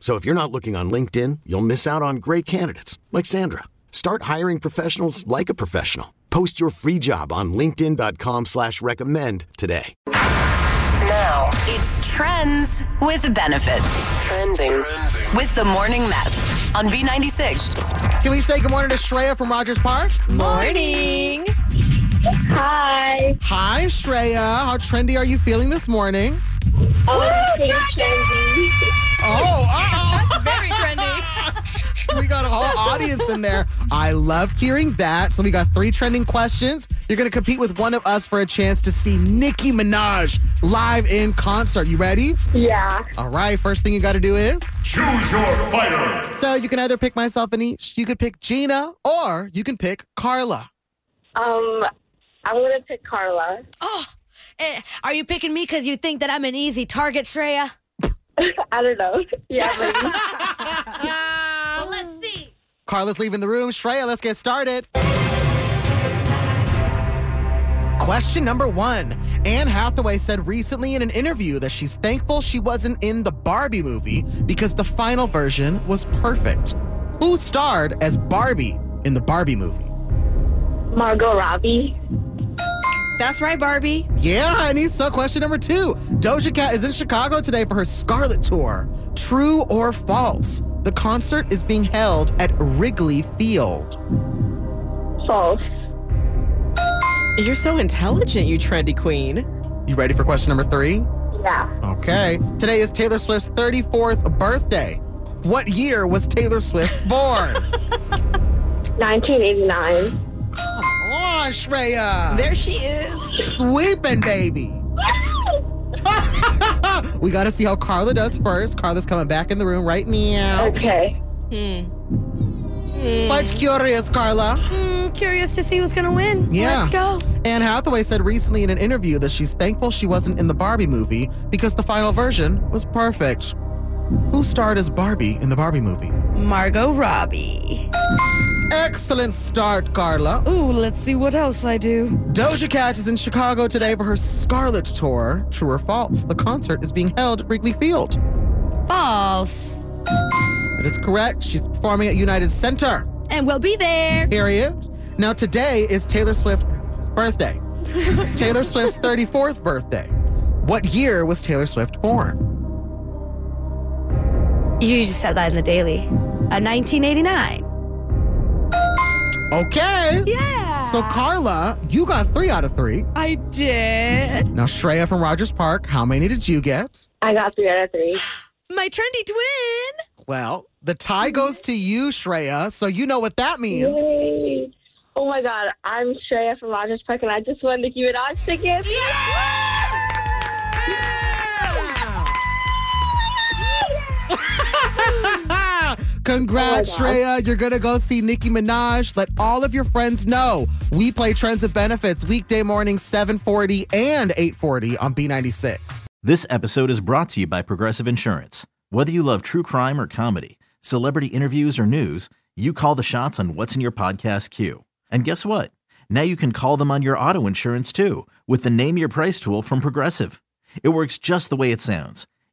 So if you're not looking on LinkedIn, you'll miss out on great candidates like Sandra. Start hiring professionals like a professional. Post your free job on linkedin.com/recommend slash recommend today. Now it's trends with benefits. Trending, with the morning mess on B96. Can we say good morning to Shreya from Rogers Park? Morning. Hi. Hi, Shreya. How trendy are you feeling this morning? Oh, King Trendy. Oh, uh-oh. Very trendy. we got a whole audience in there. I love hearing that. So we got three trending questions. You're going to compete with one of us for a chance to see Nicki Minaj live in concert. You ready? Yeah. All right. First thing you got to do is Choose your fighter. so you can either pick myself and each. You could pick Gina or you can pick Carla. Um, I'm gonna pick Carla. Oh, eh, are you picking me because you think that I'm an easy target, Shreya? I don't know. Yeah, maybe. Carla's leaving the room. Shreya, let's get started. Question number one. Anne Hathaway said recently in an interview that she's thankful she wasn't in the Barbie movie because the final version was perfect. Who starred as Barbie in the Barbie movie? Margot Robbie. That's right, Barbie. Yeah, honey. So, question number two Doja Cat is in Chicago today for her Scarlet Tour. True or false? The concert is being held at Wrigley Field. False. You're so intelligent, you trendy queen. You ready for question number three? Yeah. Okay. Today is Taylor Swift's 34th birthday. What year was Taylor Swift born? 1989. Come on, Shreya. There she is. Sweeping, baby. we got to see how Carla does first. Carla's coming back in the room right now. Okay. Hmm. Much curious, Carla. Hmm, curious to see who's gonna win. Yeah. Let's go. Anne Hathaway said recently in an interview that she's thankful she wasn't in the Barbie movie because the final version was perfect. Who starred as Barbie in the Barbie movie? Margot Robbie. Excellent start, Carla. Ooh, let's see what else I do. Doja Cat is in Chicago today for her Scarlet Tour. True or false? The concert is being held at Wrigley Field. False. That is correct. She's performing at United Center. And we'll be there. Period. Now, today is Taylor Swift's birthday. It's Taylor Swift's 34th birthday. What year was Taylor Swift born? You just said that in the daily. A 1989. Okay. Yeah. So, Carla, you got three out of three. I did. Now, Shreya from Rogers Park, how many did you get? I got three out of three. My trendy twin. Well, the tie Mm-hmm. goes to you, Shreya. So, you know what that means. Yay. Oh my God, I'm Shreya from Rogers Park, and I just won the Nicki Minaj tickets. Congrats, Oh my Shreya. You're going to go see Nicki Minaj. Let all of your friends know. We play Trends of Benefits weekday morning 740 and 840 on B96. This episode is brought to you by Progressive Insurance. Whether you love true crime or comedy, celebrity interviews or news, you call the shots on what's in your podcast queue. And guess what? Now you can call them on your auto insurance too with the Name Your Price tool from Progressive. It works just the way it sounds.